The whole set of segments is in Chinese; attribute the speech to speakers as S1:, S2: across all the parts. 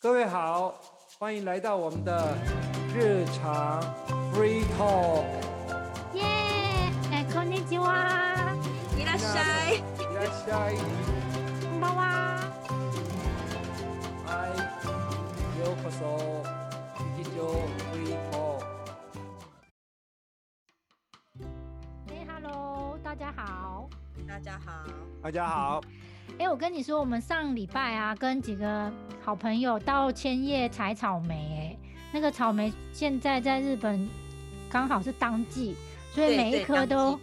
S1: 各位好，欢迎来到我们的日常 free talk。
S2: 耶，哎，こんにちは，
S3: 伊拉塞，
S1: いらっしゃい。
S2: こんばんは。
S1: 嗨，ようこそ。日常 free talk。
S2: 哎，Hello，大家好。
S3: 大家好。
S1: 大家好。
S2: 哎，我跟你说，我们上礼拜啊，跟几个好朋友到千叶采草莓，哎，那个草莓现在在日本刚好是当季，所以
S3: 对
S2: 每一
S3: 对
S2: 颗
S3: 当季
S2: 都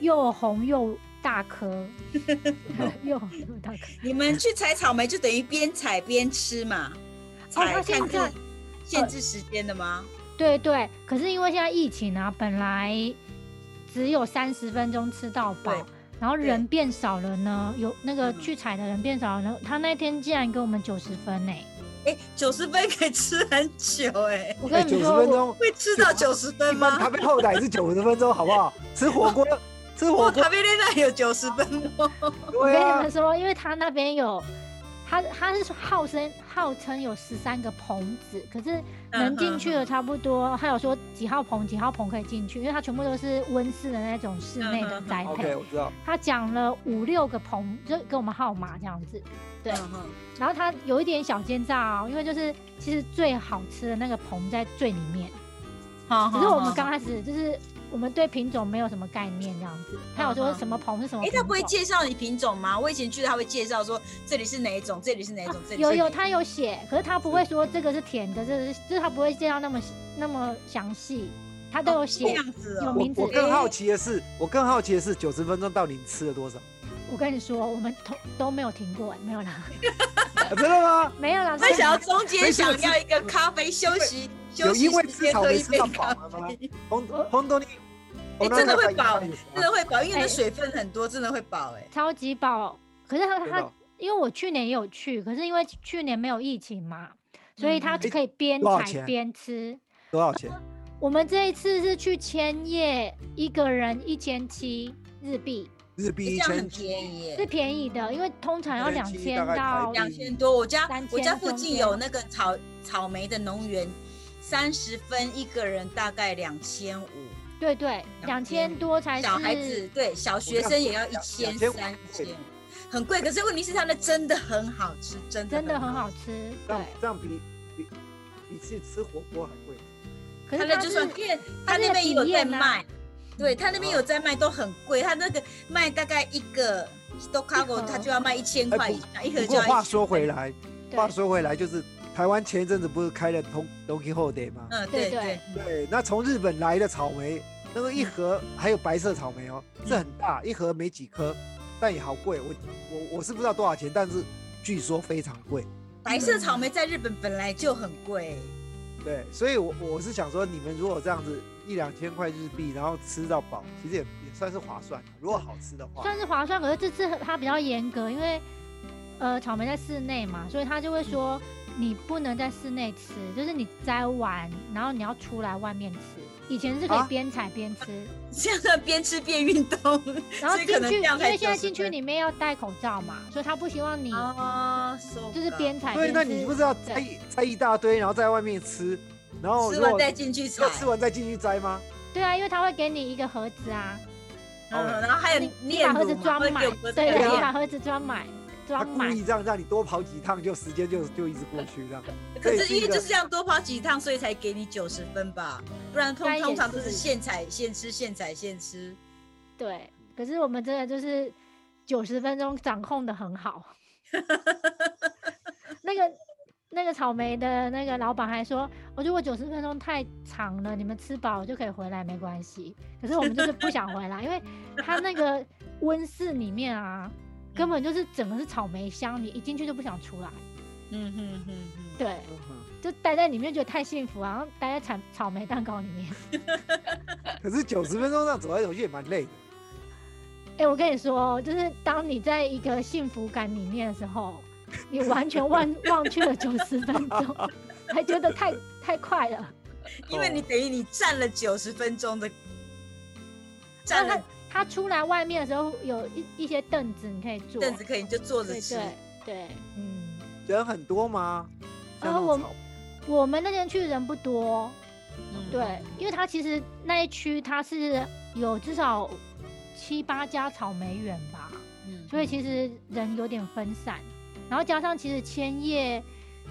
S2: 又红又大颗， 又红又大颗。
S3: 你们去采草莓就等于边采边吃嘛？采
S2: 它现
S3: 看
S2: 在
S3: 是限制时间的吗？
S2: 对对，可是因为现在疫情啊，本来只有三十分钟吃到饱
S3: 对，
S2: 然后
S3: 对
S2: 人变少了呢，有那个
S3: 嗯
S2: 去采的人变少了呢，他那天竟然给我们九十分呢、
S3: 哎，九十分可以吃很久哎，
S2: 我跟你
S1: 九
S2: 们
S1: 十
S2: 说，
S1: 分
S2: 我
S1: 钟，
S3: 会吃到九十分
S1: 一般
S3: 吗
S1: 咖？啡后奶是九十分钟，好不好？吃火 锅，吃火
S3: 我
S1: 锅
S3: 咖，啡店那有九十分哦，
S2: 我
S1: 对
S2: 跟你
S1: 啊
S2: 们，说，因为他那边有，他他是号称号称有十三个棚子，可是能进去的差不多，他有说几号棚几号棚可以进去，因为它全部都是温室的那种室内的
S3: 嗯嗯嗯
S2: 栽
S1: OK，
S2: 培。
S1: 我知道。
S2: 他讲了五六个棚，就给我们号码这样子。对
S3: 嗯哼
S2: 然后它有一点小奸诈哦，因为就是其实最好吃的那个棚在最里面，
S3: 好
S2: 只是我们刚开
S3: 哦
S2: 始就是我们对品种没有什么概念这样子。他有说
S3: 嗯嗯
S2: 什么棚是什么
S3: 哎，诶
S2: 品
S3: 他不会
S2: 种，
S3: 介绍你品种吗？我以前去他会介绍说这里是哪一种，这里是哪一种，这里
S2: 有
S3: 是
S2: 有
S3: 哪一种
S2: 他有写，可是他不会说这个是甜的，这个是就是他不会介绍那么那么详细，他都有
S3: 这
S2: 写。
S3: 样子
S2: 有
S3: 哦。
S2: 名字
S1: 我我更好奇的是，我更好奇的是，九十分钟到底你吃了多少？
S2: 我跟你说，我们都都没有停过，没有 啦，
S1: 啊真的吗？
S2: 没有啦。
S3: 他想要中间
S1: 没事
S3: 想要一个咖啡休息，休
S1: 有
S3: 息
S1: 因为
S3: 时
S1: 吃
S3: 间
S1: 草
S3: 喝
S1: 莓
S3: 一
S1: 吃
S3: 杯
S1: 到饱
S3: 咖
S1: 了吗
S3: 啡。？
S1: 红红豆泥，
S3: 哎真的会饱真的会饱，因为你
S2: 哎
S3: 的水分很多，真的会饱哎、
S2: 超级饱，可是他他
S1: 他
S2: 因为我去年也有去，可是因为去年没有疫情嘛，所以他
S3: 嗯
S1: 哎
S2: 可以边
S1: 多少
S2: 采
S1: 钱
S2: 边吃。
S1: 多少钱？
S2: 我们这一次是去千叶，一个人一千七日币，
S1: 日币
S3: 哎这
S1: 一
S3: 样很
S1: 千，
S3: 便宜耶、
S2: 是便宜的，因为通常要两
S1: 1700
S2: 千
S1: 大概台
S2: 到
S1: 币
S3: 两千多。我家
S2: 3000
S3: 我家附
S2: 中
S3: 近
S2: 间
S3: 有那个草草莓的农园，三十分一个人大概两千五，
S2: 对对，两千
S3: 2000
S2: 多才是
S3: 小孩子对小学生也要一
S1: 两
S3: 千
S1: 2500
S3: 三千，很贵。可是问题是他们真的很好吃，真的
S2: 真的很
S3: 好
S2: 好吃，
S1: 这
S2: 对
S1: 样。这样比比比去吃火锅还贵。
S2: 可
S3: 他
S2: 是
S3: 那
S2: 它
S3: 就算
S2: 是，
S3: 因为
S2: 它
S3: 他
S2: 那
S3: 那
S2: 个
S3: 边也有
S2: 体
S3: 在
S2: 验啊
S3: 卖，对他那边
S1: 哦
S3: 有在卖，都很贵。他那个卖大概一个 s t o c a g o
S2: 一盒
S3: 他就要卖一千
S1: 哎
S3: 块
S1: 不
S3: 以上，一盒
S1: 不
S3: 就要
S1: 过
S3: 一
S1: 话
S3: 千。
S1: 说回来，话
S2: 对
S1: 说回来，就是台湾前一阵子不是开了东东 o 后 day 吗？
S3: 嗯，嗯
S2: 对
S3: 对
S2: 对
S3: 对。
S1: 对，那从日本来的草莓，那个一盒还有白色草莓哦，
S3: 嗯
S1: 这很大，一盒没几颗，但也好贵。我我我是不知道多少钱，但是据说非常贵。
S3: 白色草莓在日本本来就很贵，
S1: 对，所以我，我是想说，你们如果这样子一两千块日币，然后吃到饱，其实也也算是划算。如果好吃的话，
S2: 算是划算，可是这次它比较严格，因为呃草莓在室内嘛，所以他就会说你不能在室内吃，就是你摘完然后你要出来外面吃。以前是可以
S1: 啊
S2: 边采边 吃，
S3: 这样边吃边运 动。
S2: 然后
S3: 所以
S2: 进
S3: 可能
S2: 去，
S3: 这样
S2: 因
S3: 才
S2: 为现在
S3: 90
S2: 进去
S3: 分
S2: 里面要戴口罩嘛，所以他不希望你
S3: 哦，
S2: 就是边采
S1: 对，
S2: 边
S1: 那你不
S2: 吃。
S1: 是要摘一摘一大堆，然后在外面吃，然后
S3: 吃
S1: 如果
S3: 完再进去
S1: 要
S3: 采，
S1: 吃完再进去摘吗？
S2: 对啊，因为他会给你一个盒子啊，
S3: 嗯，然后还有
S2: 你你
S3: 炼
S2: 把盒子
S3: 乳嘛，
S2: 装
S3: 会
S2: 满
S3: 给我，们
S2: 对
S3: 这个
S2: 对，
S1: 啊
S2: 你
S3: 炼
S2: 把盒子装满，
S1: 他
S2: 装
S1: 故
S2: 满
S1: 意让让你多跑几趟，就时间就就一直过去这样。
S3: 可
S1: 这也
S3: 是因为
S1: 一个
S3: 就是这样多跑几趟，所以才给你九十分吧，不
S2: 那
S3: 然通
S2: 也
S3: 通常都
S2: 是
S3: 是现采现吃，现采现吃。
S2: 对。可是我们真的就是九十分钟掌控的很 好。那个那个草莓的那个老板还说，我如果九十分钟太长了，你们吃饱就可以回来，没关系。可是我们就是不想回来，因为它那个温室里面啊，根本就是整个是草莓香，你一进去就不想出来。
S3: 嗯哼哼哼，
S2: 对，
S1: 嗯哼
S2: 就待在里面觉得太幸福啊，然后待在草草莓蛋糕里面。
S1: 可是九十分钟这样走来走去也蛮累的。
S2: 哎、我跟你说，就是当你在一个幸福感里面的时候，你完全忘忘却了九十分钟， 还觉得太太快了。
S3: 因为你等于你占了九十分钟的，占
S2: 那他
S3: 了
S2: 他出来外面的时候，有一一些凳子你可以坐，
S3: 凳子可以你就坐着
S2: 对
S3: 吃。
S2: 对对，嗯，
S1: 人很多吗？像
S2: 啊
S1: 那
S2: 我
S1: 种
S2: 们
S1: 草，
S2: 我们那天去的人不多，
S3: 嗯
S2: 对，因为它其实那一区它是有至少七八家草莓园吧，
S3: 嗯
S2: 所以其实人有点分散，然后加上其实千叶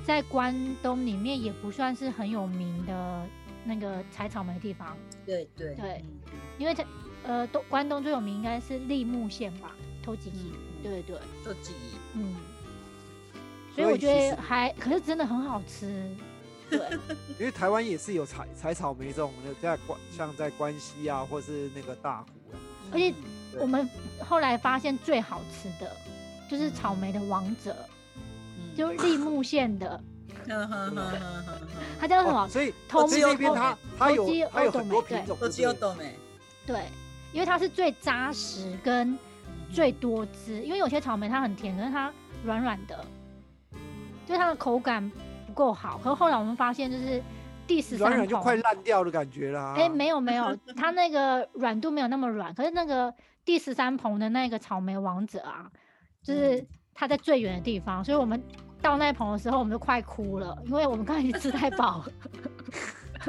S2: 在关东里面也不算是很有名的那个采草莓地方，
S3: 对对
S2: 对
S3: 嗯
S2: 因为它呃东关东最有名应该是立木县吧，偷吉
S3: 嗯
S2: 对对对，
S3: 做记忆，
S2: 嗯，
S1: 所
S2: 所以我
S1: 以
S2: 觉
S1: 其实
S2: 得还可是真的很好吃，对
S1: 因为台湾也是有采采草莓这种的，在关像在关西啊，或是那个大湖啊，
S2: 而且
S3: 嗯
S1: 对
S2: 我们后来发现最好吃的就是草莓的王者，
S3: 嗯
S2: 就是立木县的，
S3: 呵呵呵呵呵呵
S2: 它叫什
S1: 哦
S2: 么？
S1: 所以
S2: 头
S1: 所以那
S2: 目
S1: 边它它
S2: 头
S1: 有
S2: 鸡哦
S1: 它有
S2: 欧斗
S1: 很多
S2: 美对
S1: 品种，
S3: 都只有
S1: 对不对
S3: 懂哎，
S2: 对，因为它是最扎实跟最多汁，因为有些草莓它很甜，可是它软软的，就是它的口感不够好。可是后来我们发现，就是第十
S1: 软
S2: 哦三
S1: 软就
S2: 桶，
S1: 快烂掉的感觉啦。
S2: 哎、没有没有，它那个软度没有那么软，可是那个第十三棚的那个草莓王者啊，
S1: 嗯
S2: 就是它在最远的地方，所以我们到那棚的时候，我们就快哭了，因为我们刚才已经吃太饱了。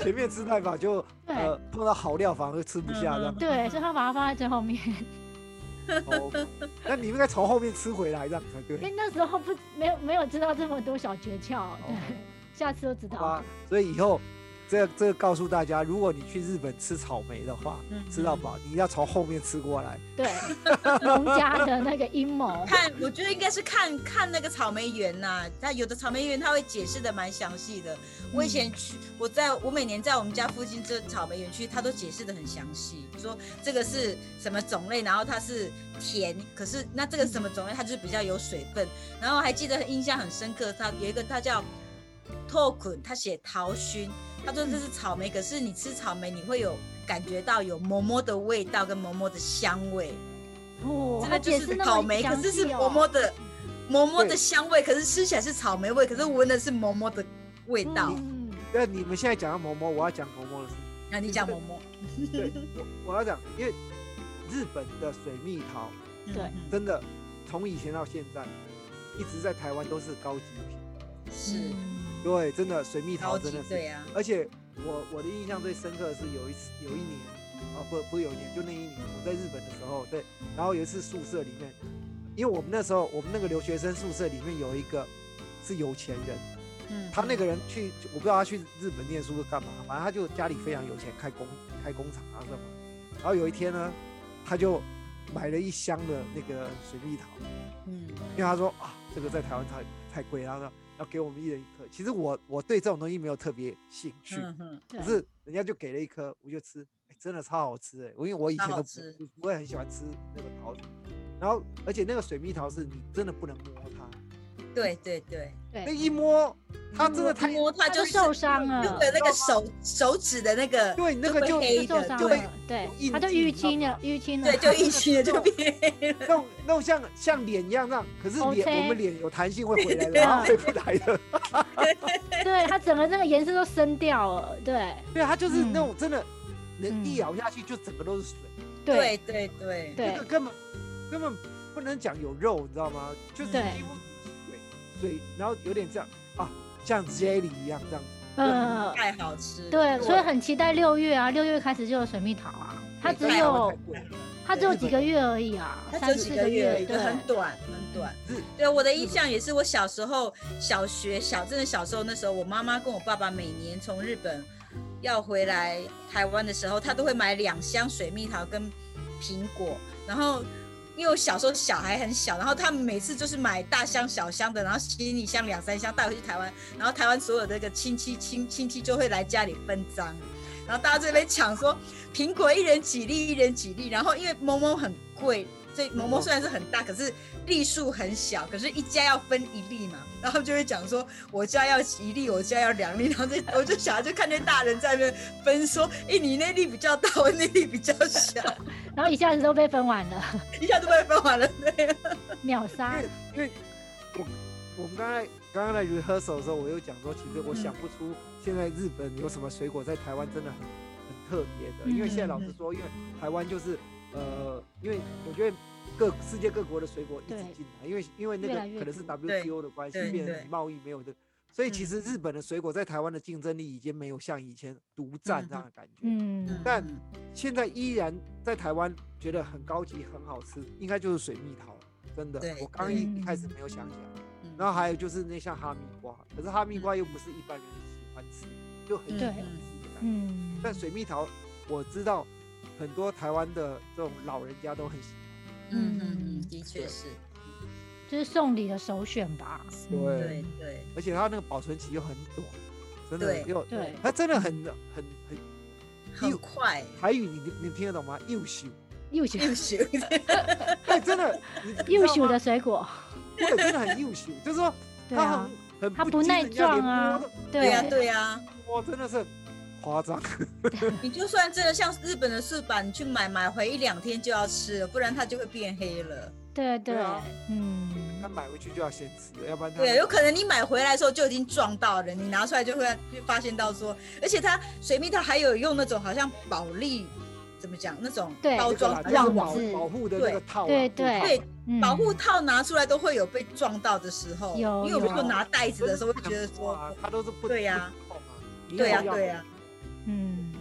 S1: 前面吃太饱就
S2: 对嗯
S1: 呃碰到好料反而吃不下这样。
S2: 对，所以他把它放在最后面。
S1: 哦，
S2: 嗯
S1: 那你应该从后面吃回来这样才
S2: 因为
S1: 对。
S2: 那时候不没有没有知道这么多小诀窍，对，下次就知道
S1: 哦好吧
S2: 了。，
S1: 所以以后这个这个告诉大家，如果你去日本吃草莓的话，
S3: 嗯
S1: 吃到饱，你要从后面吃过来。
S2: 对， 农家的那个阴 谋，
S3: 看，我觉得应该是看看那个草莓园呐、那有的草莓园他会解释的蛮详细的。我以前去，我在我每年在我们家附近这草莓园区，他都解释的很详细，说这个是什么种类，然后它是甜，可是那这个什么种类，它就是比较有水分。然后还记得印象很深刻，它有一个它叫透捆，它写桃熏，他说这是草莓，可是你吃草莓你会有感觉到有馍馍的味道跟馍馍的香味。
S2: 哦，
S3: 真
S2: 他
S3: 的就
S2: 解
S3: 是
S2: 释那
S3: 草
S2: 么
S3: 莓，可
S2: 详
S3: 是是
S2: 细
S3: 馍
S2: 哦。
S3: 馍的馍馍的
S1: 对
S3: 香味，可是吃起来是草莓味，可是闻的是馍馍的味道。
S2: 嗯，
S1: 那你们现在讲到某某，我要讲某某的事。
S3: 那你讲馍馍，
S1: 对，我我要讲，因为日本的水蜜桃
S3: 嗯
S2: 对
S3: 嗯
S1: 真的从以前到现在，一直在台湾都是高级品。
S3: 是
S2: 嗯
S1: 对，真的水蜜桃
S3: 高
S1: 真
S3: 级
S1: 的是
S3: 对啊，
S1: 而且我我的印象最深刻的是有一次有一年，啊不不是有一年，就那一年我在日本的时候，对，然后有一次宿舍里面，因为我们那时候我们那个留学生宿舍里面有一个是有钱人，
S3: 嗯
S1: 他那个人去我不知道他去日本念书是干嘛，反正他就家里非常有钱，开工开工厂啊什么，然后有一天呢，他就买了一箱的那个水蜜桃，
S3: 嗯
S1: 因为他说啊，这个在台湾太太贵，然后呢要给我们一人一颗。其实我我对这种东西没有特别兴趣，
S3: 嗯嗯
S2: 对
S1: 可是人家就给了一颗，我就吃，哎真的超好吃哎、我因为我以
S3: 超
S1: 前
S3: 好
S1: 都
S3: 吃
S1: 不不会很喜欢吃那个桃子，然后而且那个水蜜桃是你真的不能摸它，
S3: 对对对，嗯
S1: 那
S2: 对，
S1: 一摸它真的
S2: 摸
S1: 太
S3: 一摸它
S2: 他
S3: 就
S2: 就是受伤了
S3: 就，会有那个手手指的那个，
S1: 对那个就
S3: 就会黑
S2: 就受
S3: 的，
S2: 伤
S1: 就会
S2: 了，对
S1: 印，
S2: 他就
S1: 记
S2: 淤
S1: 你知道
S2: 青
S1: 吗
S2: 了，淤青了，
S3: 对，就一起了就变黑了。
S1: 那种那种像像脸一样那样，可是
S2: OK
S1: 脸我们脸有弹性会 回来的，
S3: 对
S1: 然后回不来 的，
S2: 对他整个那个颜色都深掉了，对
S1: 对它就是那
S2: 嗯
S1: 种真的，人一
S2: 嗯
S1: 咬下去就整个都是水。
S3: 对对对
S2: 对
S1: 那个根本根本不能讲有肉，你知道吗？就是
S2: 对
S1: 几乎水水，然后有点这样啊，像 jelly 一样这样子。
S2: 呃，
S3: 太好吃。
S2: 对，所以
S1: 对
S2: 很期待六月啊，六月开始就有水蜜桃啊，它只
S1: 对
S3: 太
S1: 台湾
S2: 有
S1: 太贵了
S2: 它只有几个月而已啊，
S3: 它只有
S2: 三
S3: 几
S2: 四
S3: 个月而
S2: 月，
S3: 已，
S2: 对，
S3: 很短很短
S1: 是。
S3: 对，啊我的印象也是，我小时候小学小真的小时候那时候，我妈妈跟我爸爸每年从日本要回来台湾的时候，他都会买两箱水蜜桃跟苹果，然后。因为我小时候小孩很小，然后他们每次就是买大箱小箱的，然后行李箱两三箱带回去台湾，然后台湾所有的那个亲戚亲亲戚就会来家里分赃，然后大家这边抢说苹果一人几粒，一人几粒。然后因为某某很贵，所以某某虽然是很大，可是粒数很小，可是一家要分一粒嘛。然后他们就会讲说，我家要一粒，我家要两粒。然后这我就小孩就看见大人在那边分说，哎、你那粒比较大，我那粒比较小，
S2: 然后一下子都被分完了，
S3: 一下都被分完了。对，
S2: 秒杀
S1: 因。为因为我我们刚才刚刚在 rehearsal 的时候，我有讲说，其实我
S3: 嗯
S1: 想不出现在日本有什么水果在台湾真的很很特别的，
S2: 嗯
S1: 因为现在老实说，因为台湾就是呃，因为我觉得各世界各国的水果一直
S2: 对
S1: 进来，因为因为那
S2: 越来
S1: 个
S2: 越
S1: 可能是
S2: 多
S1: WTO 的关系
S3: 对，
S1: 变
S3: 对
S1: 成贸易没有的，所以其
S3: 嗯
S1: 实日本的水果在台湾的竞争力已经没有像以前独占那样的感觉，
S2: 嗯，
S1: 但现在依然在台湾觉得很高级、很好吃，应该就是水蜜桃了，真的
S3: 对。
S1: 我刚
S2: 对
S1: 一一开始没有想起来。
S3: 嗯
S1: 然后还有就是那像哈密瓜，可是哈密瓜又不是一般人喜欢吃，就很
S3: 嗯
S1: 喜
S2: 对
S1: 欢吃的感觉。
S2: 嗯，
S1: 但水蜜桃，我知道很多台湾的这种老人家都很喜
S3: 嗯嗯嗯，的确是，
S2: 就是送礼的首选吧。
S1: 对
S3: 对对
S1: 欢，而且它那个保存期又很短，真的
S3: 对
S1: 又
S2: 对
S1: 它真的很很很
S3: 很快
S1: 台语你，你听得懂吗？又 秀，
S2: 优
S1: 哎
S2: 秀
S3: 又学，
S1: 对，真的，你你知
S2: 优
S1: 道
S2: 秀
S1: 吗
S2: 的，水果，
S1: 对，真的很又秀，就是说
S2: 对
S1: 它
S2: 啊
S1: 很，很
S2: 它不
S1: 经
S2: 耐
S1: 人家
S2: 撞
S1: 连摸
S2: 啊
S1: 都，
S3: 对呀
S2: 对
S3: 对呀，
S1: 摸真的是很夸张。
S3: 你就算真的像日本的素板，你去买买回一两天就要吃了，不然它就会变黑了。
S2: 对对
S1: 对啊，
S2: 嗯
S1: 他，买回去就要先吃，要不然它
S3: 对，有可能你买回来的时候就已经撞到了，你拿出来就会就发现到说，而且它水蜜桃还有用那种好像保利，怎么讲那种
S2: 对
S3: 包
S1: 那个啦
S3: 装
S1: 就
S3: 嗯
S2: 这
S1: 是
S2: 让
S1: 保
S2: 子
S1: 保护的那个套啊，
S2: 对
S1: 护
S2: 对
S1: 套
S3: 对
S2: 嗯
S3: 保护套拿出来都会有被撞到的时候，
S2: 有
S3: 因为我们
S2: 有
S3: 就拿袋子的时候会觉得说，
S1: 哇啊它都是不
S3: 对呀，
S1: 不痛啊
S3: 对呀、
S1: 你有
S3: 对
S1: 要
S3: 呀、
S2: 嗯，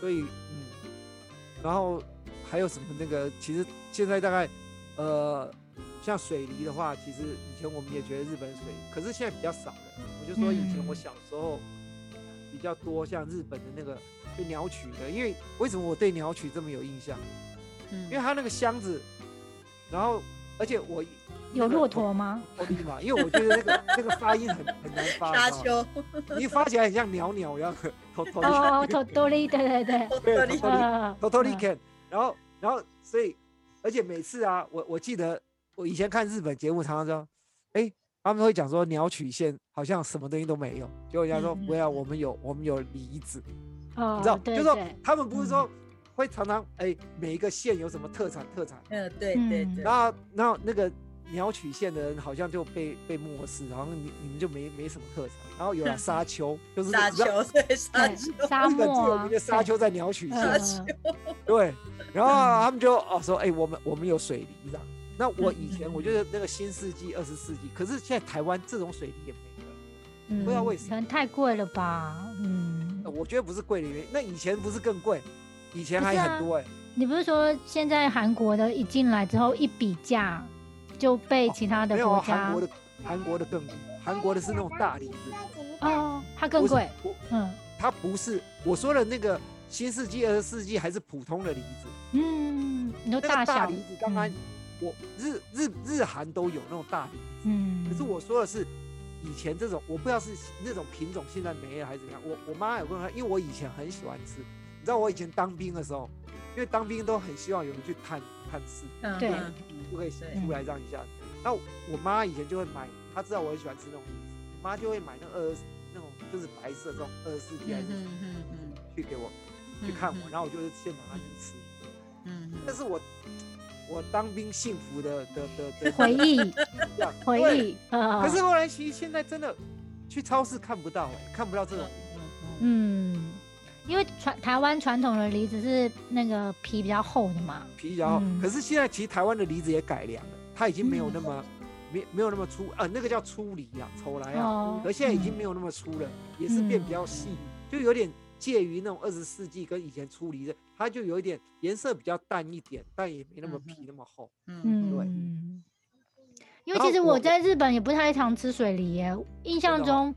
S1: 所以嗯，然后还有什么那个，其实现在大概呃，像水梨的话，其实以前我们也觉得日本水，可是现在比较少了。我就说以前我
S2: 嗯
S1: 小时候比较多像日本的那个就鸟取的，因为为什么我对鸟取这么有印象？因为
S3: 嗯，
S1: 它那个箱子，然后而且我
S2: 有骆驼 吗？
S1: 奥利嘛，啊因为我觉得那个那个发音很很难发，
S3: 沙
S1: 你知道
S3: 丘，
S1: 吗你发起来很像鸟鸟一样， 偷偷
S2: 哦
S1: 的，
S2: 哦，头多利，对对对，
S1: 对，偷偷的，
S2: 呃
S1: 偷偷的
S2: 嗯
S1: can，然后然后所以，而且每次啊，我我记得我以前看日本节目，常常说，哎，他们会讲说鸟取县好像什么东西都没有，结果人家说
S3: 嗯嗯
S1: 不要，我们有我们有梨子，
S2: 哦，
S1: 你知道，就
S2: 对
S1: 是说啊
S2: 对，
S1: 他们不是
S2: 嗯
S1: 说会常常哎每一个县有什么特产特产，
S3: 嗯，对对
S2: 嗯
S3: 对，
S1: 那那那个鸟取县的人好像就被被漠视，然后你你们就没没什么特长，然后有 了沙丘，就是
S3: 沙
S1: 你知道
S3: 丘，对沙丘，
S2: 对，沙
S1: 日本最
S2: 漠
S1: 有
S2: 啊
S1: 名的，沙
S2: 对
S1: 丘在鸟取县，
S3: 沙
S2: 嗯
S3: 丘
S1: 对，然后
S2: 嗯
S1: 啊他们就哦说，哎、我们我们有水梨这样。那我以前
S3: 嗯
S1: 我觉得那个新世纪、二十世纪，可是现在台湾这种水梨也没了。
S2: 嗯
S1: 不知道为什么
S2: 可能太贵了吧，嗯
S1: 呃，我觉得不是贵的原因，那以前不是更贵，以前
S2: 不
S1: 还
S2: 是啊
S1: 很多哎、
S2: 你不是说现在韩国的一进来之后一比价就被其他的
S1: 没有啊，
S2: 国
S1: 韩
S2: 家
S1: 国的韩国的更贵，韩国的是那种大梨子，
S2: 哦，它更
S1: 不是
S2: 贵，
S1: 我
S2: 嗯
S1: 它不是我说的那个新世纪、二十世纪还是普通的梨子，
S2: 嗯，你
S1: 那
S2: 说
S1: 个大
S2: 小嗯
S1: 梨子，刚刚我日日日韩都有那种大梨子，
S2: 嗯，
S1: 可是我说的是以前这种，我不知道是那种品种现在没了还是怎么样。我我妈有跟我说，因为我以前很喜欢吃，你知道我以前当兵的时候，因为当兵都很希望有人去探探视，
S3: 嗯
S2: 对
S3: 嗯
S1: 就可以
S3: 对
S1: 出来让一下。那我妈以前就会买，她知道我很喜欢吃那种梨子，我妈就会买那二那种就是白色这种二十四
S3: 嗯
S1: 季还是什么
S3: 嗯嗯嗯
S1: 去给我
S3: 嗯，
S1: 去看我，
S3: 后
S1: 然后我就是现场让去吃。
S3: 嗯
S1: 但是我我当兵幸福的的的的
S2: 回忆
S1: 这样
S2: 回
S1: 对
S2: 忆，呃，
S1: 可是后来其实现在真的去超市看不到、哎，看不到这种。
S3: 嗯
S2: 嗯，因为传台湾传统的梨子是那个皮比较厚的嘛，
S1: 皮然后，
S2: 嗯
S1: 可是现在其实台湾的梨子也改良了，它已经没有那么、没没有那么粗啊，那个叫粗梨啊，丑来啊，
S2: 哦，
S1: 而现在已经
S2: 嗯
S1: 没有那么粗了，也是变比较细，就有点介于那种二十世纪跟以前粗梨的，它就有一点颜色比较淡一点，但也没那么
S3: 嗯
S1: 皮那么厚。
S3: 嗯
S1: 对
S2: 嗯，因为
S1: 然
S2: 其
S1: 后
S2: 实
S1: 我
S2: 我在日本也不太常吃水梨耶，印象
S1: 真的哦
S2: 中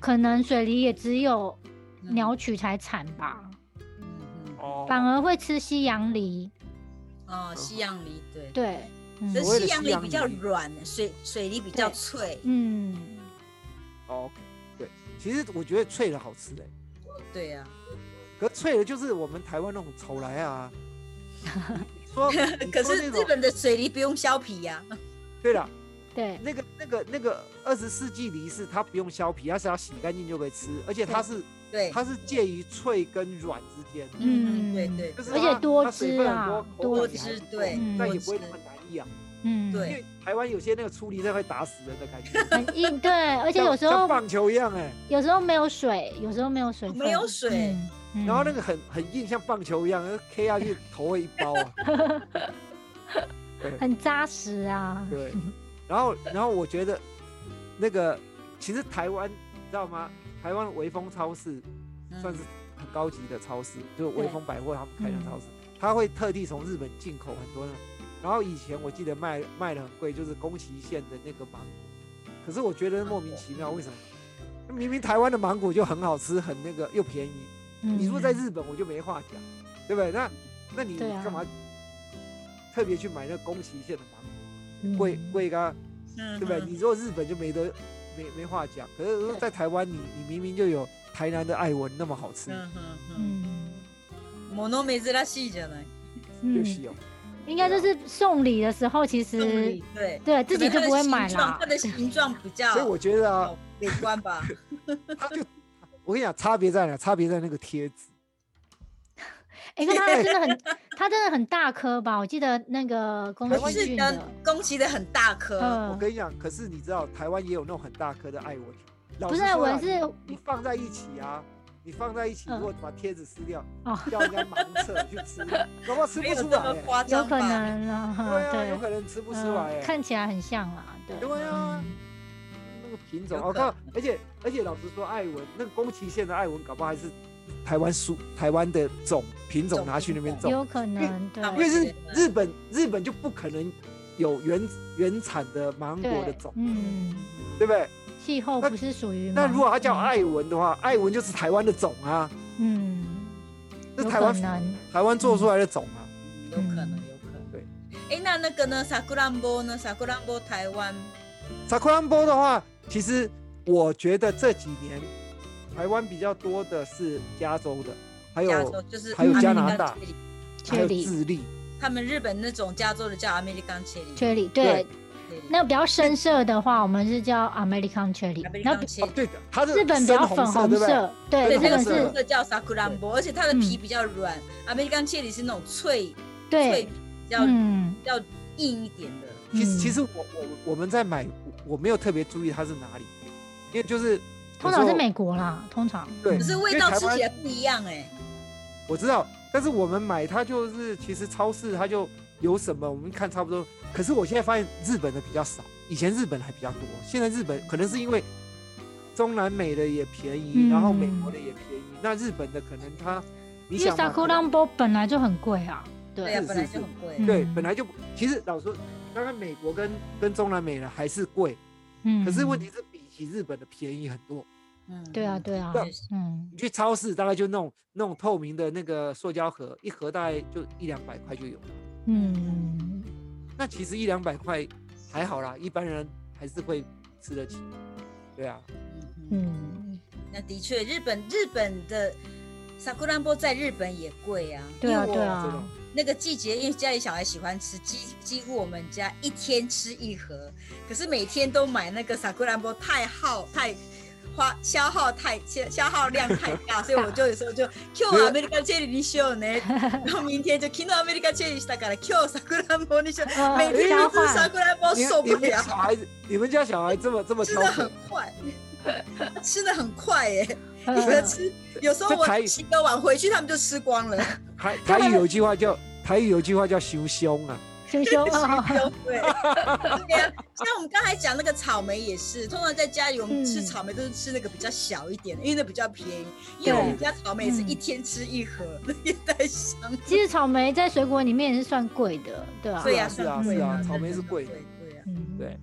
S2: 可能水梨也只有
S3: 嗯
S2: 鸟取才产吧，
S3: 嗯
S1: 哦
S2: 反而会吃西洋梨。
S3: 哦，西洋梨对，
S2: 对，嗯
S3: 可是
S1: 所谓的
S3: 西洋
S1: 西
S3: 梨
S1: 洋
S3: 比较
S1: 梨
S3: 软，水水梨比较
S2: 对
S3: 脆，
S2: 嗯，
S1: 哦，对，其实我觉得脆的好吃哎、
S3: 对呀，
S1: 可脆的就是我们台湾那种丑来 啊。你说，你
S3: 可
S1: 说
S3: 是
S1: 那
S3: 日
S1: 种
S3: 本的水梨不用削皮呀，
S1: 对了，
S2: 对，
S1: 那个、那个、那个二十世纪梨是它不用削皮，它只要洗干净就可以吃，而且它是
S3: 对，
S1: 它是介于脆跟软之间，
S2: 嗯
S3: 对对，
S1: 就是
S2: 而
S1: 它
S2: 且多
S1: 它水
S2: 汁
S1: 分
S2: 啊
S1: 很多，口
S2: 多
S1: 感也还
S3: 汁
S1: 不错
S3: 对
S2: 嗯
S1: 但
S2: 多
S1: 也不会
S3: 汁
S1: 那么难咽啊。
S2: 嗯，
S1: 因
S3: 对
S1: 为台湾有些那个粗梨真的会打死人的感 觉，
S2: 很硬，对，而且有时
S1: 像
S2: 候
S1: 棒球一样哎、
S2: 哦有时候没有水，有时候没有水分，
S3: 没有水
S2: 嗯，嗯
S1: 然后那个很很硬，像棒球一样，K 下去头会一包啊。
S2: 很扎实啊，
S1: 对，然后然后我觉得那个其实台湾你知道吗？台湾的微风超市
S3: 嗯
S1: 算是很高级的超市，就是微
S2: 对嗯
S1: 风百货他们开的超市，他会特地从日本进口很多呢。然后以前我记得卖卖的很贵，就是宫崎县的那个芒果，可是我觉得莫名其妙，为什么？明明台湾的芒果就很好吃，很那个又便宜，
S2: 嗯
S1: 你说在日本我就没话讲，对不对？那那你
S2: 对啊
S1: 干嘛特别去买那宫崎县的芒果？贵
S2: 嗯
S1: 贵个，
S3: 嗯
S1: 对不对？
S3: 哼
S1: 你如果日本就没得没没话讲，可是如果在台湾你你明明就有台南的艾文那么好吃，
S3: 嗯哼哼，
S2: 嗯
S3: もの珍しいじゃない。
S1: 就
S2: 嗯
S1: 是，哦有
S2: 应该就是送礼的时候，其实
S3: 对，
S2: 对自己就不会买啦
S3: 它。的形状比较
S1: 所以我觉得啊，
S3: 美观吧。嗯
S1: 他就我跟你讲，差别在哪？差别在那个贴纸，
S2: 哎，可它真的很， 它真的很大颗吧？我记得那个宫
S1: 台
S3: 不
S1: 湾
S2: 崎
S3: 是
S2: 骏
S3: 跟
S2: 的，
S3: 宫崎的很大颗，
S1: 我
S2: 嗯，
S1: 跟你讲，可是你知道台湾也有那种很大颗的艾文，老
S2: 不
S1: 实
S2: 是
S1: 说啊
S2: 我是
S1: 你你放在一起啊。你放在一起，
S2: 嗯
S1: 如果把贴纸撕掉，
S2: 哦
S1: 叫人家盲测去吃，搞不好吃
S3: 没
S1: 不
S3: 有
S1: 出
S3: 这
S1: 来
S3: 么
S1: 欸、
S3: 夸
S2: 有
S3: 张
S2: 可
S3: 吧？
S2: 能啊，
S1: 对啊，有
S2: 对，
S1: 可能吃不出
S2: 嗯
S1: 来、欸。
S2: 看起来很像啦，对，
S1: 对啊
S2: 嗯
S1: 那个品种，哦
S3: 有
S1: 我
S3: 可
S1: 靠！而且而且，老实说，艾文那个宫崎县的艾文，搞不好还是台湾属台湾的种品种
S3: 种
S1: 拿去那
S3: 品
S1: 边种，
S3: 种
S2: 有可能，对，
S1: 因为日
S3: 对
S1: 日本日本就不可能有原原产的芒果的
S2: 对
S1: 种，，
S2: 嗯，
S1: 对不对？
S2: 气候
S1: 那
S2: 不是属于
S1: 那
S2: 芒
S1: 如果它叫
S2: 嗯
S1: 艾文的话，艾文就是台湾的种啊，
S2: 嗯，
S1: 是
S2: 有
S1: 台
S2: 可
S1: 湾
S2: 能，
S1: 台湾做出来的种啊。
S3: 嗯有可能，有可能。
S1: 对。
S3: 哎，那那个呢？萨库兰波呢？萨库兰波台湾，
S1: 萨库兰波的话，其实我觉得这几年台湾比较多的是加州的，还
S3: 加
S1: 有
S3: 州就是
S1: 还有
S2: 加
S3: American
S1: 拿大
S3: cherry
S1: 还有
S2: 确立
S1: 智利。
S3: 他们日本那种加州的叫 American cherry，
S2: 确立
S1: 对
S2: 对。
S3: cherry
S2: 那比较深色的话，我们是叫 American Cherry，然后
S3: American
S2: 比
S3: cherry
S1: 哦，对的，它是
S2: 日本比较
S1: 深
S2: 粉
S1: 色，
S2: 红
S1: 对不对？
S2: 色，对，
S1: 对
S2: 日
S3: 对，那
S2: 本
S3: 个
S1: 深
S2: 是
S3: 色，叫萨库兰波，而且它的皮比较软。American cherry 是那种脆脆
S2: 对
S3: 皮，比较
S2: 嗯，
S3: 比较硬一点的。
S1: 其实其
S2: 嗯
S1: 实我我我们在买，我我没有特别注意它是哪里，因为就是有
S2: 通
S1: 时
S2: 常
S1: 候
S2: 是美国啦，通常
S1: 对
S3: 可是味道吃起来不一样哎、
S1: 我知道，但是我们买它就是其实超市它就有什么我们看差不多，可是我现在发现日本的比较少，以前日本还比较多，现在日本可能是因为中南美的也便宜，然后美国的也便宜，那日本的可能它你
S2: 嗯因为
S1: 想嘛
S2: s
S1: 可
S2: a
S1: 能
S2: m b o 本来就很贵啊，
S3: 对呀、
S1: 是
S3: 本来
S1: 是
S3: 就很贵。
S2: 嗯
S1: 对本来就不其实老实说，当然美国跟跟中南美的还是贵，
S2: 嗯，
S1: 可是问题，是比起日本的便宜很多。
S3: 嗯，
S2: 对啊，对啊，
S3: 确实
S2: 嗯
S1: 你去超市大概就那种那种透明的那个塑胶盒，一盒大概就一两百块就有了。
S2: 嗯，
S1: 那其实一两百块还好啦，一般人还是会吃得起。对啊，
S3: 嗯嗯，
S2: 嗯，
S3: 那的确，日本日本的萨库兰波在日本也贵啊。
S2: 对啊，
S3: 因
S2: 对
S3: 为我
S1: 这种
S2: 啊，
S3: 那个季节，因为家里小孩喜欢吃，几几乎我们家一天吃一盒，可是每天都买那个萨库兰波，太耗太花消耗太消消耗量太 大，所以我就有时候就今日はアメリカンチェリーにしようね，然后明天就昨日アメリカンチェリーしたから今日萨库兰波にしよ う。
S2: 呃
S3: 每天
S2: 交
S3: 都吃萨
S2: 换，
S3: 库兰波
S1: 你
S3: 受
S1: 你
S3: 不
S1: 们
S3: 了
S1: 家，小孩子，你们家小孩这么这么
S3: 吃
S1: 挑
S3: 的
S1: 嘴
S3: 很，快，吃的很快耶、
S2: 呃
S3: 一个吃，有时候
S1: 这台
S3: 我洗个碗回去，他们就吃光了。
S1: 台台语有句话叫台语有句话叫“熊凶”啊，
S2: 熊熊啊，
S3: 对，对呀、像我们刚才讲那个草莓也是，通常在家里我们吃
S2: 嗯
S3: 草莓都是吃那个比较小一点的，因为那比较便宜。因为我们家草莓是一天吃一盒，那也太香了。
S2: 其实草莓在水果里面也是算贵的，对啊，
S3: 对呀、
S1: 是啊
S3: 算贵
S2: 是啊
S3: 的
S1: 草莓是
S3: 真的
S1: 贵的
S3: 对啊呀、
S2: 嗯，
S1: 对。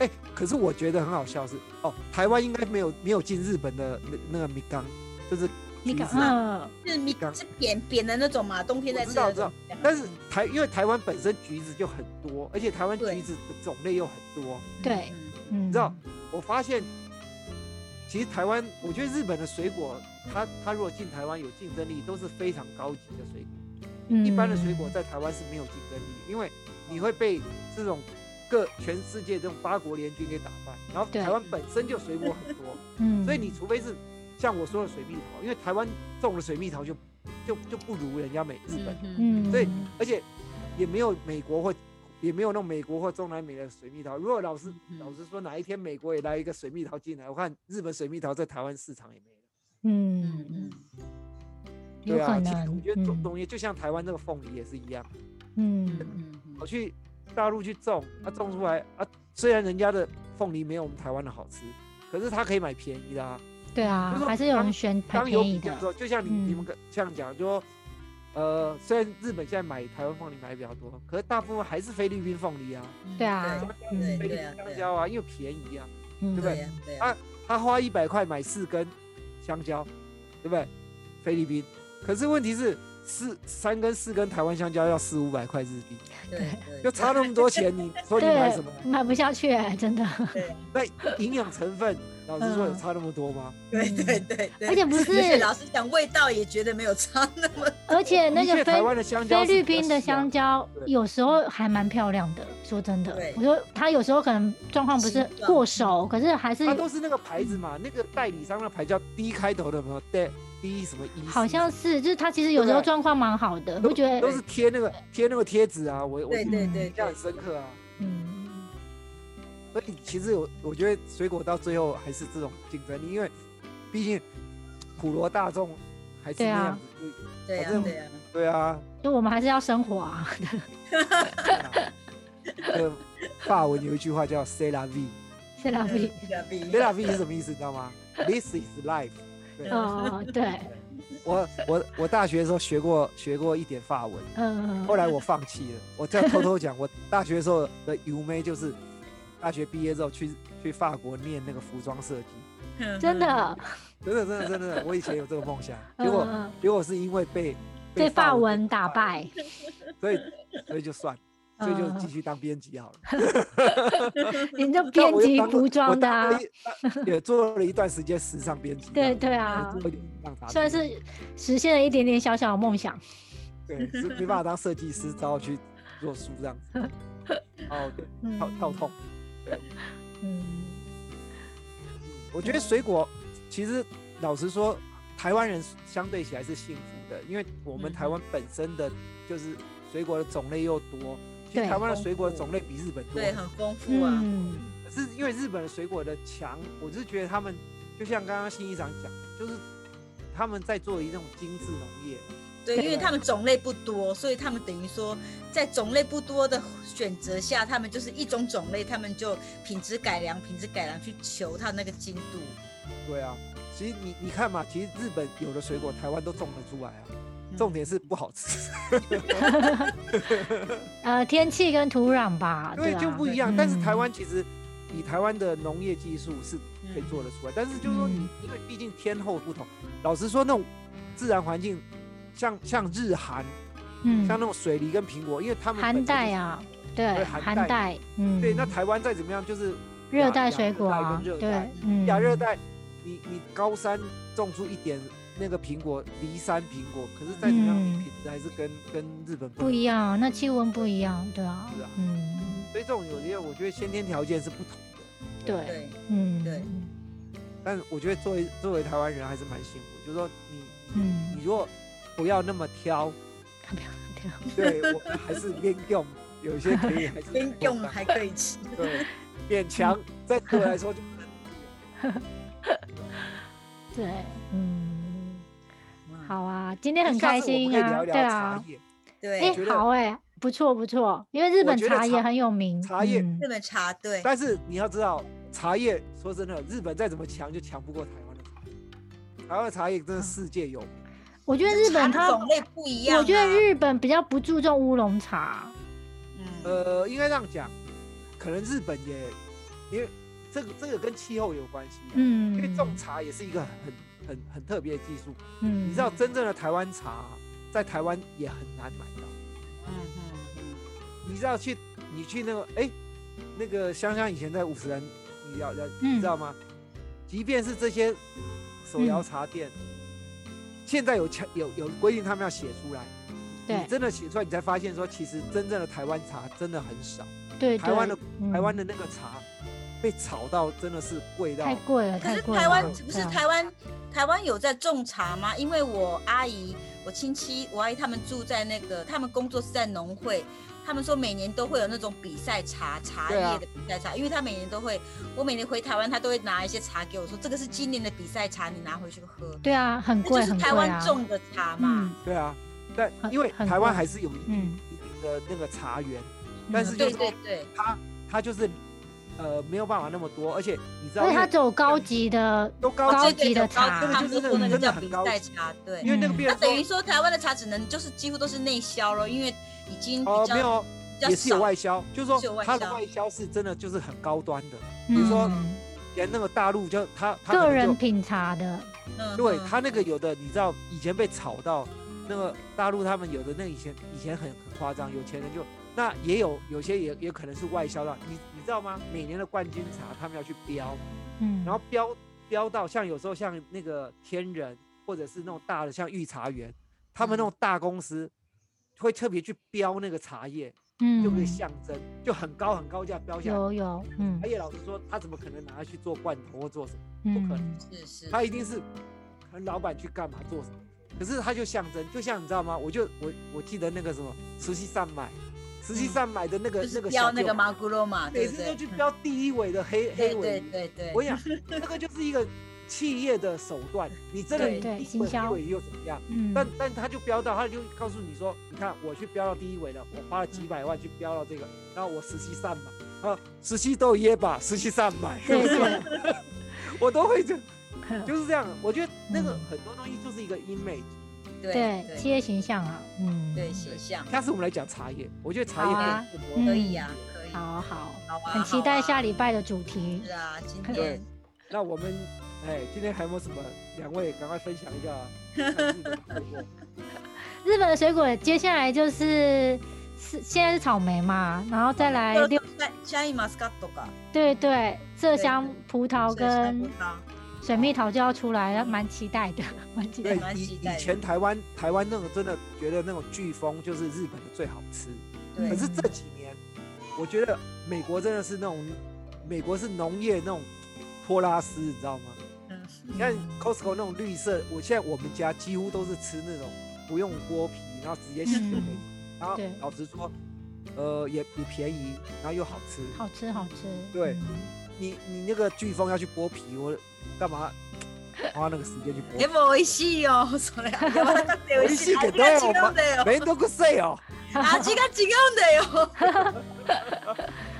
S1: 哎、可是我觉得很好笑是哦，台湾应该没有没有进日本的那那个米缸，就是
S2: 你
S1: 橘
S2: 敢
S1: 子啊
S2: 嗯。
S3: 是米
S1: 刚
S3: 是扁扁的那种嘛，冬天在吃
S1: 我
S3: 的
S1: 知道
S3: 那种。
S1: 但是台因为台湾本身橘子就很多，而且台湾
S3: 对
S1: 橘子的种类又很多。
S2: 对
S3: 嗯，
S2: 嗯，
S1: 知道我发现，其实台湾，我觉得日本的水果，它它如果进台湾有竞争力，都是非常高级的水果。
S2: 嗯，
S1: 一般的水果在台湾是没有竞争力，因为你会被这种各全世界这种八国联军给打败。然后
S2: 对
S1: 台湾本身就水果很多，
S2: 嗯，
S1: 所以你除非是像我说的水蜜桃，因为台湾种的水蜜桃就就就不如人家美日本，
S3: 嗯
S2: 嗯，
S1: 所以而且也没有美国或也没有那种美国或中南美的水蜜桃。如果老师
S3: 嗯
S1: 老实说，哪一天美国也来一个水蜜桃进来，我看日本水蜜桃在台湾市场也没了。
S2: 嗯
S3: 嗯
S2: 嗯
S3: 嗯，
S2: 有
S1: 对
S2: 可
S1: 啊，其实
S2: 能
S1: 我觉得
S2: 嗯
S1: 种东西就像台湾这个凤梨也是一样，
S2: 嗯，
S3: 嗯嗯
S1: 我去大陆去种，啊种出来啊，虽然人家的凤梨没有我们台湾的好吃，可是它可以买便宜的啊。
S2: 对
S1: 就
S2: 啊
S1: 是，说
S2: 还是有人
S1: 当
S2: 选很
S1: 当有
S2: 便宜
S1: 比较
S2: 的
S1: 之，后，就像你、
S3: 嗯
S1: 你们这样讲，就说呃，虽然日本现在买台湾凤梨买的比较多，可是大部分还是菲律宾凤梨啊，
S3: 嗯
S2: 对啊
S1: 香蕉
S2: 嗯
S1: 菲律
S3: 对
S1: 宾
S3: 啊
S1: 香
S3: 对啊
S1: 蕉啊，因为便宜啊，
S2: 嗯，
S1: 对不
S3: 对
S1: 对
S3: 呀对呀
S1: 啊他花一百块买四根香蕉，对不对？菲律宾，可是问题是四三根四根台湾香蕉要四五百块 日币，
S3: 对啊 对，
S1: 就差那么多钱，你说你买什么？
S2: 买不下去、真的。
S1: 那营养成分，老实说有
S2: 嗯
S1: 差那么多吗？
S3: 对对对对，
S2: 而且不是
S3: 而且老实讲，味道也觉得没有差那么
S2: 而且那
S1: 的确
S2: 个
S1: 台
S2: 菲
S1: 湾的香蕉
S2: 菲
S1: 是
S2: 律
S1: 比较
S2: 宾的
S1: 细啊
S2: 香蕉
S1: 对
S2: 有时候还蛮漂亮的，说真的
S3: 对，
S2: 我说它有时候可能状况不是
S3: 形状
S2: 过熟，可是还是
S1: 它都是那个牌子嘛，那个代理商的牌叫 D 开头的，有没有？D D 什么 E？
S2: 好像是，就是它其实有
S1: 对
S2: 时候
S1: 不对
S2: 状况蛮好的，
S1: 都
S2: 会觉得
S1: 都是贴那个贴那个贴纸啊，我我
S3: 对
S1: 印
S3: 对对
S1: 象
S3: 对
S1: 很，深刻啊。
S2: 嗯，
S1: 所以其实我我觉得水果到最后还是这种竞争力，因为毕竟普罗大众还是
S2: 对
S1: 那
S2: 啊
S1: 样子。就
S3: 对呀
S1: 反正
S3: 对呀，
S1: 对啊，
S2: 就我们还是要生活啊，
S1: 对啊呃，法文有一句话叫 “C'est la vie”，“C'est
S2: 是啦，比
S3: 啊对
S1: la vie” 是什么意思？你知道吗？“This is life”。对，
S2: 哦，对，
S1: 我我我大学的时候学过学过一点法文，
S2: 嗯，
S1: 后来我放弃了，我这样偷偷 讲，我大学的时候的油妹就是大学毕业之后去去法国念那个服装设计，
S3: 嗯
S2: 真的，
S1: 真的真的真的，我以前有这个梦想，结
S2: 嗯
S1: 果
S2: 嗯，
S1: 结果是因为被
S2: 被法文
S1: 给
S2: 打败，
S1: 所以所以就算了，所以就
S2: 嗯
S1: 继续当编辑好了。
S2: 你就
S1: 但
S2: 编
S1: 我又
S2: 辑
S1: 当了
S2: 服装
S1: 我
S2: 的
S1: 当
S2: 啊
S1: 了，一当也做了一段时间时尚编辑这
S2: 对
S1: 样，
S2: 对啊
S1: 也，做一点时尚杂志
S2: 算是实现了一点点小小的梦想，
S1: 对，是没办法当设计师，只好去做书这样子。哦，对，
S2: 嗯
S1: 跳跳痛。
S2: 嗯，
S1: 我觉得水果其实老实说，台湾人相对起来是幸福的，因为我们
S3: 嗯
S1: 台湾本身的就是水果的种类又多。其实
S2: 对
S1: 台湾的
S3: 丰
S1: 水果的
S3: 富
S1: 种类比日本多
S3: 对，
S1: 很
S3: 很丰富啊，
S2: 嗯，
S1: 可是因为日本的水果的强，我是觉得他们就像刚刚新一长讲，就是他们在做一种精致农业，
S3: 对，
S2: 对
S3: 因为他们种类不多，所以他们等于说在种类不多的选择下，他们就是一种种类，他们就品质改良，品质改良去求它那个精度。
S1: 对啊。其实你你看嘛，其实日本有的水果台湾都种得出来啊，
S3: 嗯
S1: 重点是不好吃，
S2: 呃，天气跟土壤吧，
S1: 因为
S2: 啊
S1: 就不一样。
S2: 嗯
S1: 但是台湾其实以台湾的农业技术是可
S2: 嗯
S1: 以做得出来，但是就是说你因为毕竟天候不同，老实说那种自然环境，像像日韩，
S2: 嗯
S1: 像那种水梨跟苹果，因为他们
S2: 寒
S1: 本身就
S2: 带
S1: 是
S2: 啊，对，
S1: 对寒
S2: 寒
S1: 带
S2: 带，嗯，
S1: 对，那台湾再怎么样就是亚
S2: 热带
S1: 亚
S2: 水
S1: 热
S2: 果
S1: 带跟
S2: 啊，
S1: 热带
S2: 对，嗯，
S1: 亚热带，你你高山种出一点那个苹果，离山苹果，可是再怎么样，
S2: 嗯
S1: 你品质还是跟跟日本不
S2: 不
S1: 能
S2: 一。样，那气温不一样，对啊
S1: 是啊，
S2: 嗯，
S1: 所以这种有些我觉得先天条件是不同的，
S2: 对，
S3: 对，
S2: 嗯，
S3: 对
S1: 但我觉得作为作为台湾人还是蛮幸福，就是说你
S2: 嗯，
S1: 你如果不要那么 挑，
S2: 看不要 对啊
S1: 对我们还是边用，有些可以还是
S3: 边
S1: 做
S3: 用
S1: 饭
S3: 还可以吃。
S1: 对勉强，在对我来说 就是
S2: 对，嗯，
S3: 嗯，
S2: 好啊，今天很
S1: 哎下
S2: 开
S1: 次我们
S2: 心
S1: 可以
S2: 啊，
S1: 聊
S2: 对
S1: 聊茶
S2: 啊，
S1: 叶，
S2: 哎
S3: 对，
S1: 觉，得
S2: 好哎，不错不错，因为日
S1: 我
S2: 本
S1: 觉得
S2: 茶
S1: 茶
S2: 也很有名，
S1: 茶叶
S2: 嗯
S3: 日本茶对，
S1: 但是你要知道，茶叶说真的，日本再怎么强就强不过台湾的茶叶。台湾的茶叶真的世界有名，
S2: 我觉得日本
S3: 茶
S2: 它
S3: 的，种类不一样啊。
S2: 我觉得日本比较不注重乌龙茶，
S3: 嗯，
S1: 呃，应该这样讲，可能日本也，因为这个这个跟气候有关系啊、
S2: 嗯，
S1: 因为种茶也是一个很很很特别的技术。
S2: 嗯，
S1: 你知道，真正的台湾茶啊在台湾也很难买到。
S3: 嗯嗯嗯，
S1: 你知道去你去那个哎、那个香香以前在五十岚，你要要
S2: 嗯
S1: 你知道吗？即便是这些手摇茶店，现在有强有有规定，他们要写出来。
S2: 对
S1: 你真的写出来，你才发现说，其实真正的台湾茶真的很少。
S2: 对
S1: 台湾
S2: 对
S1: 台湾
S2: 嗯
S1: 的那个茶被炒到真的是贵到
S2: 太贵了，
S3: 可
S2: 太
S3: 是
S2: 贵了。
S3: 台湾
S2: 对
S3: 不是
S2: 啊
S3: 台湾，台湾有在种茶吗？因为我阿姨、我亲戚、我阿姨他们住在那个，他们工作是在农会，他们说每年都会有那种比赛茶茶
S1: 对啊
S3: 叶的比赛茶，因为他每年都会，我每年回台湾，他都会拿一些茶给我说，这个是今年的比赛茶，你拿回去喝。
S2: 对啊，很
S3: 那就
S2: 贵，
S3: 是
S2: 很
S3: 台
S2: 贵
S3: 湾
S2: 啊。
S3: 种的茶嘛
S2: 嗯，
S1: 对啊，但
S2: 很
S1: 因为
S2: 很
S1: 台湾
S2: 贵
S1: 还是有一定
S2: 嗯
S1: 一定的那个茶园，但是就
S3: 对
S1: 是
S3: 对
S1: 说
S3: 对，
S1: 它它就是呃没有办法那么多，而且你知道
S2: 而且
S1: 因
S2: 它
S1: 为
S2: 走高级的，
S1: 都高
S2: 高
S1: 阶
S3: 对
S2: 级
S3: 对
S2: 的
S3: 有高
S2: 茶
S3: 他们就说那个叫比赛茶，对
S1: 因。为那个
S2: 嗯
S1: 病
S3: 那
S1: 人
S3: 等于
S1: 说
S3: 说台湾的茶只能就是几乎都是内销了，因为已经比
S1: 哦没
S3: 较
S1: 有
S3: 比较
S1: 也是有
S3: 少
S1: 外销，就是说
S3: 是有外
S1: 它的
S3: 销嗯
S1: 外销是真的就是很高端的，
S2: 比
S1: 如说连那个大陆就它它可
S2: 嗯个
S1: 能就
S2: 人品茶的，
S3: 嗯
S1: 对
S3: 嗯
S1: 他那个有的，你知道以前被炒到那个大陆，他们有的那以前以前很很夸张，有钱人就那也有有些也也可能是外销到你你知道吗？每年的冠军茶他们要去标，
S2: 嗯，
S1: 然后标标到像有时候像那个天人或者是那种大的像御茶园，他
S3: 嗯
S1: 们那种大公司会特别去标那个茶叶，
S2: 嗯，
S1: 就可以象征，就很高很高价标下来。
S2: 有有，嗯
S1: 茶叶老师说他怎么可能拿去做罐头或做什么？哎不可
S2: 嗯，
S3: 是是，
S1: 他一定是可能老板去干嘛做什么，可是他就象征，就像你知道吗？我就我我记得那个什么慈溪上买，慈溪上买的那个、
S3: 嗯就
S1: 那
S3: 是
S1: 个
S3: 标
S1: 小
S3: 那
S1: 舅
S3: 个马古罗嘛，
S1: 每
S3: 对不
S1: 次
S3: 对？嗯
S1: 都去标第一尾的黑黑
S3: 对
S1: 尾
S3: 对
S1: 鱼。
S3: 对 对，
S1: 我想那个就是一个企业的手段，你真的
S3: 对
S1: 你
S2: 对
S1: 第一
S2: 行
S1: 尾黑
S2: 销
S1: 尾鱼又怎么样？
S2: 嗯，
S1: 但但他就标到，他就告诉你说，你看我去标到第一尾了，我花了几百万去标到这个，然后我十七上买，啊，十七都噎吧，十七上 买，
S2: 对对，
S1: 我都会这样。
S2: 呵
S1: 就是这样，我觉得那个
S2: 嗯
S1: 很多东西就是一个 image。
S3: 对
S2: 对，企
S3: 对
S2: 业形象啊，嗯，
S3: 对，形象
S1: 下次我们来讲茶叶，我觉得茶
S2: 好啊
S1: 叶更更
S2: 嗯
S1: 多。
S3: 可以啊，可以，
S2: 好好，
S3: 好啊，
S2: 很期
S3: 好
S2: 待
S3: 啊
S2: 下礼拜的主题
S3: 是。啊，今
S2: 对
S3: 天
S1: 那我们哎，今天还有没有什么？两位赶快分享一下看日本的水果。
S2: 日本的水果接下来就是是现在是草莓嘛，然后再
S3: 哦
S2: 来六
S3: シャインマスカットか
S2: 对对麝香葡萄
S3: 所以现在不
S2: 跟
S3: 知道
S2: 水蜜桃就要出来了，蛮期待的， 蛮期待
S1: 对
S2: 的。
S3: 蛮，
S1: 以
S3: 期待
S1: 以
S3: 的
S1: 前台湾台湾那种真的觉得那种飓风就是日本的最好吃，
S2: 嗯
S3: 对
S1: 可是这几年，我觉得美国真的是那种美国是农业那种托拉斯，你知道吗？
S3: 嗯
S1: 你 看 Costco 那种绿色，我现在我们家几乎都是吃那种不用剥皮，然后直接洗的那种。然后
S2: 对
S1: 老实说，呃，也也便宜，然后又好吃。
S2: 好吃好吃。
S1: 对
S2: 嗯
S1: 你你那个飓风要去剥皮，我干嘛花那个时间去剥
S3: で
S1: 皮？
S3: も美味しいよそれ柔らかくて美味
S1: 美味し
S3: しい
S1: い
S3: 味
S1: け
S3: が
S1: ど
S3: 違うんだよ
S1: 没多个税哦。
S3: 味が違うんだ よ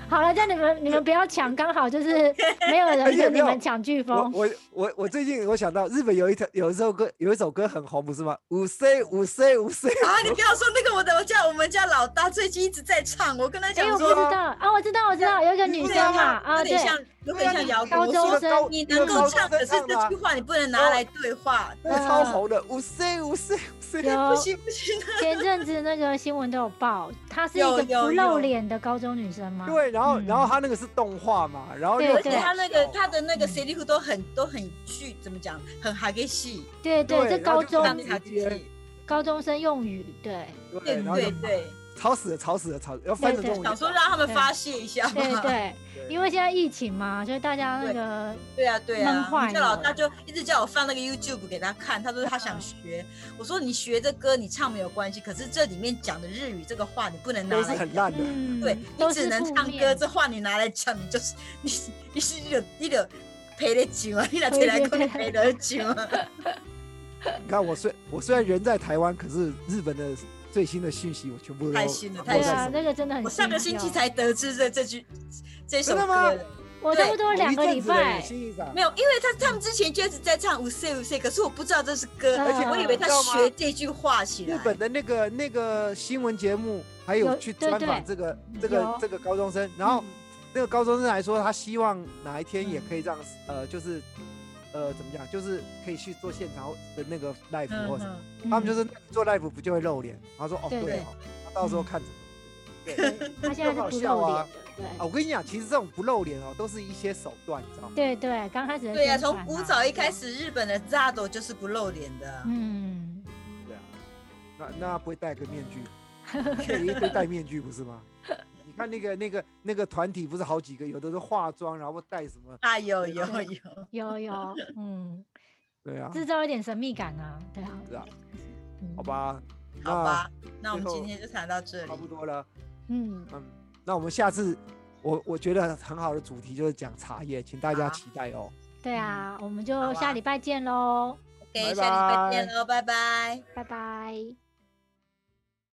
S2: 好了，这样你们你们不要抢，刚好就是没有人
S1: 也
S2: 跟
S1: 没
S2: 你
S1: 有
S2: 们抢飓
S1: 我
S2: 风。
S1: 我我我最近我想到日本有一条有一首歌有一首歌很红，不是吗？五 C 五 C 五 C。
S3: 啊你不要说那个我的我家我们家老大最近一直在唱我跟他
S2: 哎，
S3: 讲
S2: 我不
S3: 说
S2: 知道啊，我知道我知道，有一个
S1: 你
S2: 女
S1: 不
S2: 生
S1: 知道
S2: 嘛
S1: 吗
S2: 啊，
S3: 有
S2: 对
S3: 点，像有点像摇
S2: 高
S1: 我是
S3: 滚
S2: 中
S1: 个
S2: 生
S1: 高
S3: 你
S1: 一个
S3: 能
S1: 高
S3: 够
S1: 中
S3: 唱，
S1: 生
S3: 可是
S1: 唱的
S3: 这
S1: 啊
S3: 句话你不能拿来对话，
S1: 那个超
S2: 嗯
S1: 红的五 C 五 C 五 C。
S3: 不
S2: 有
S3: 行不行，
S2: 前阵子那个新闻都有报，她是一
S3: 有
S2: 个
S3: 有
S2: 不露
S3: 有
S2: 脸的高中女生吗？
S1: 对，然后然后
S2: 嗯
S1: 他那个是动画嘛，然后
S2: 对
S1: 又
S3: 而且
S2: 对
S3: 他那个他的那个
S2: 嗯
S3: C リフ都很都很具怎么讲，很哈给戏，
S2: 对对，
S1: 对
S2: 这
S1: 然后
S2: 高
S1: 就
S2: 中
S1: 上
S3: 让
S1: 面
S3: 他自己，
S2: 高中生用语，对
S1: 对，
S3: 对
S1: 然后就
S3: 对对，
S1: 吵死了，吵死了，吵死了要翻成
S2: 对对
S1: 中文就
S3: 想说
S1: 吵
S3: 让他们发泄一下嘛，
S2: 对对，
S1: 对
S2: 因为现在疫情嘛，所以大家那个
S3: 对啊，对
S2: 闷
S3: 啊，
S2: 坏
S3: 我们家老
S2: 了嗯
S3: 大就一直叫我放那个 YouTube 给他看，他说他想学。我说你学这歌，你唱没有关系，可是这里面讲的日语这个话你不能拿
S1: 都是
S3: 来
S1: 很烂的。
S2: 嗯，
S3: 对，
S2: 都
S3: 你
S2: 是
S3: 只能
S2: 负
S3: 唱歌，
S2: 面
S3: 这话你拿来讲，你就是你你是有你有赔了酒啊，你拿
S2: 对
S3: 这来
S2: 对对
S3: 跟你赔了酒啊。
S1: 你看我虽我虽然人在台湾，可是日本的最新的讯息我全部都
S3: 太新了
S1: 都
S3: 太
S2: 对
S1: 在
S3: 新
S2: 啊
S1: 手，
S2: 那个真的很
S3: 我
S2: 新
S3: 上个星期
S2: 哦，
S3: 才得知这这句这首
S1: 真的吗
S3: 歌的，
S2: 我差不多两个礼拜，
S3: 没有，因为他他们之前就一直在唱五岁五岁，可是我不知道这是歌，
S2: 而且
S3: 我以为他
S1: 你知道吗
S3: 学这句话起来
S1: 嗯日。本的那个那个新闻节目，还
S2: 有
S1: 有去
S2: 对
S1: 专访
S2: 对
S1: 这个这
S2: 有
S1: 个这个高中生，然后那个高中生还说，他希望哪一天也
S2: 嗯
S1: 可以让呃就是呃怎么讲，就是可以去做现场的那个 live 或
S3: 嗯
S1: 什么，
S3: 哼
S1: 他们就是是做 live 不就会露脸？然后说哦
S2: 对
S1: 对
S3: 对
S1: 哦，那到时候看着。
S2: 他现在
S1: 好
S2: 是不
S1: 笑
S2: 露
S1: 啊
S2: 脸
S1: 啊，
S2: 的，
S1: 我跟你讲，其实这种不露脸哦，都是一些手段，你知道吗？
S2: 对对对，刚开始的
S3: 对呀、
S2: 宣
S3: 从
S2: 传
S3: 古
S2: 啊
S3: 早一开，始，日本的 Zado 就是不露脸的啊。
S2: 嗯，
S1: 对啊，那那不会戴个面具， 这一堆戴面具不是吗？你看那个那个那个团体不是好几个，有的是化妆，然后戴什么？
S3: 啊，有有
S2: 对
S3: 有，
S2: 有有， 嗯，
S1: 对啊，
S2: 制造一点神秘感啊，对啊，
S1: 是啊，
S2: 嗯
S1: 好，吧，
S3: 好吧，那我们
S1: 嗯最后
S3: 今天就谈到这里
S1: 差。不多了。
S2: 嗯，
S1: 嗯，那我们下次我我觉得很好的主题就是讲茶叶，请大家
S3: 好
S1: 期待哦。
S2: 对啊，我们就
S3: 好啊
S2: 下礼拜见喽，
S3: OK，下礼拜见喽，拜拜。
S2: 拜拜。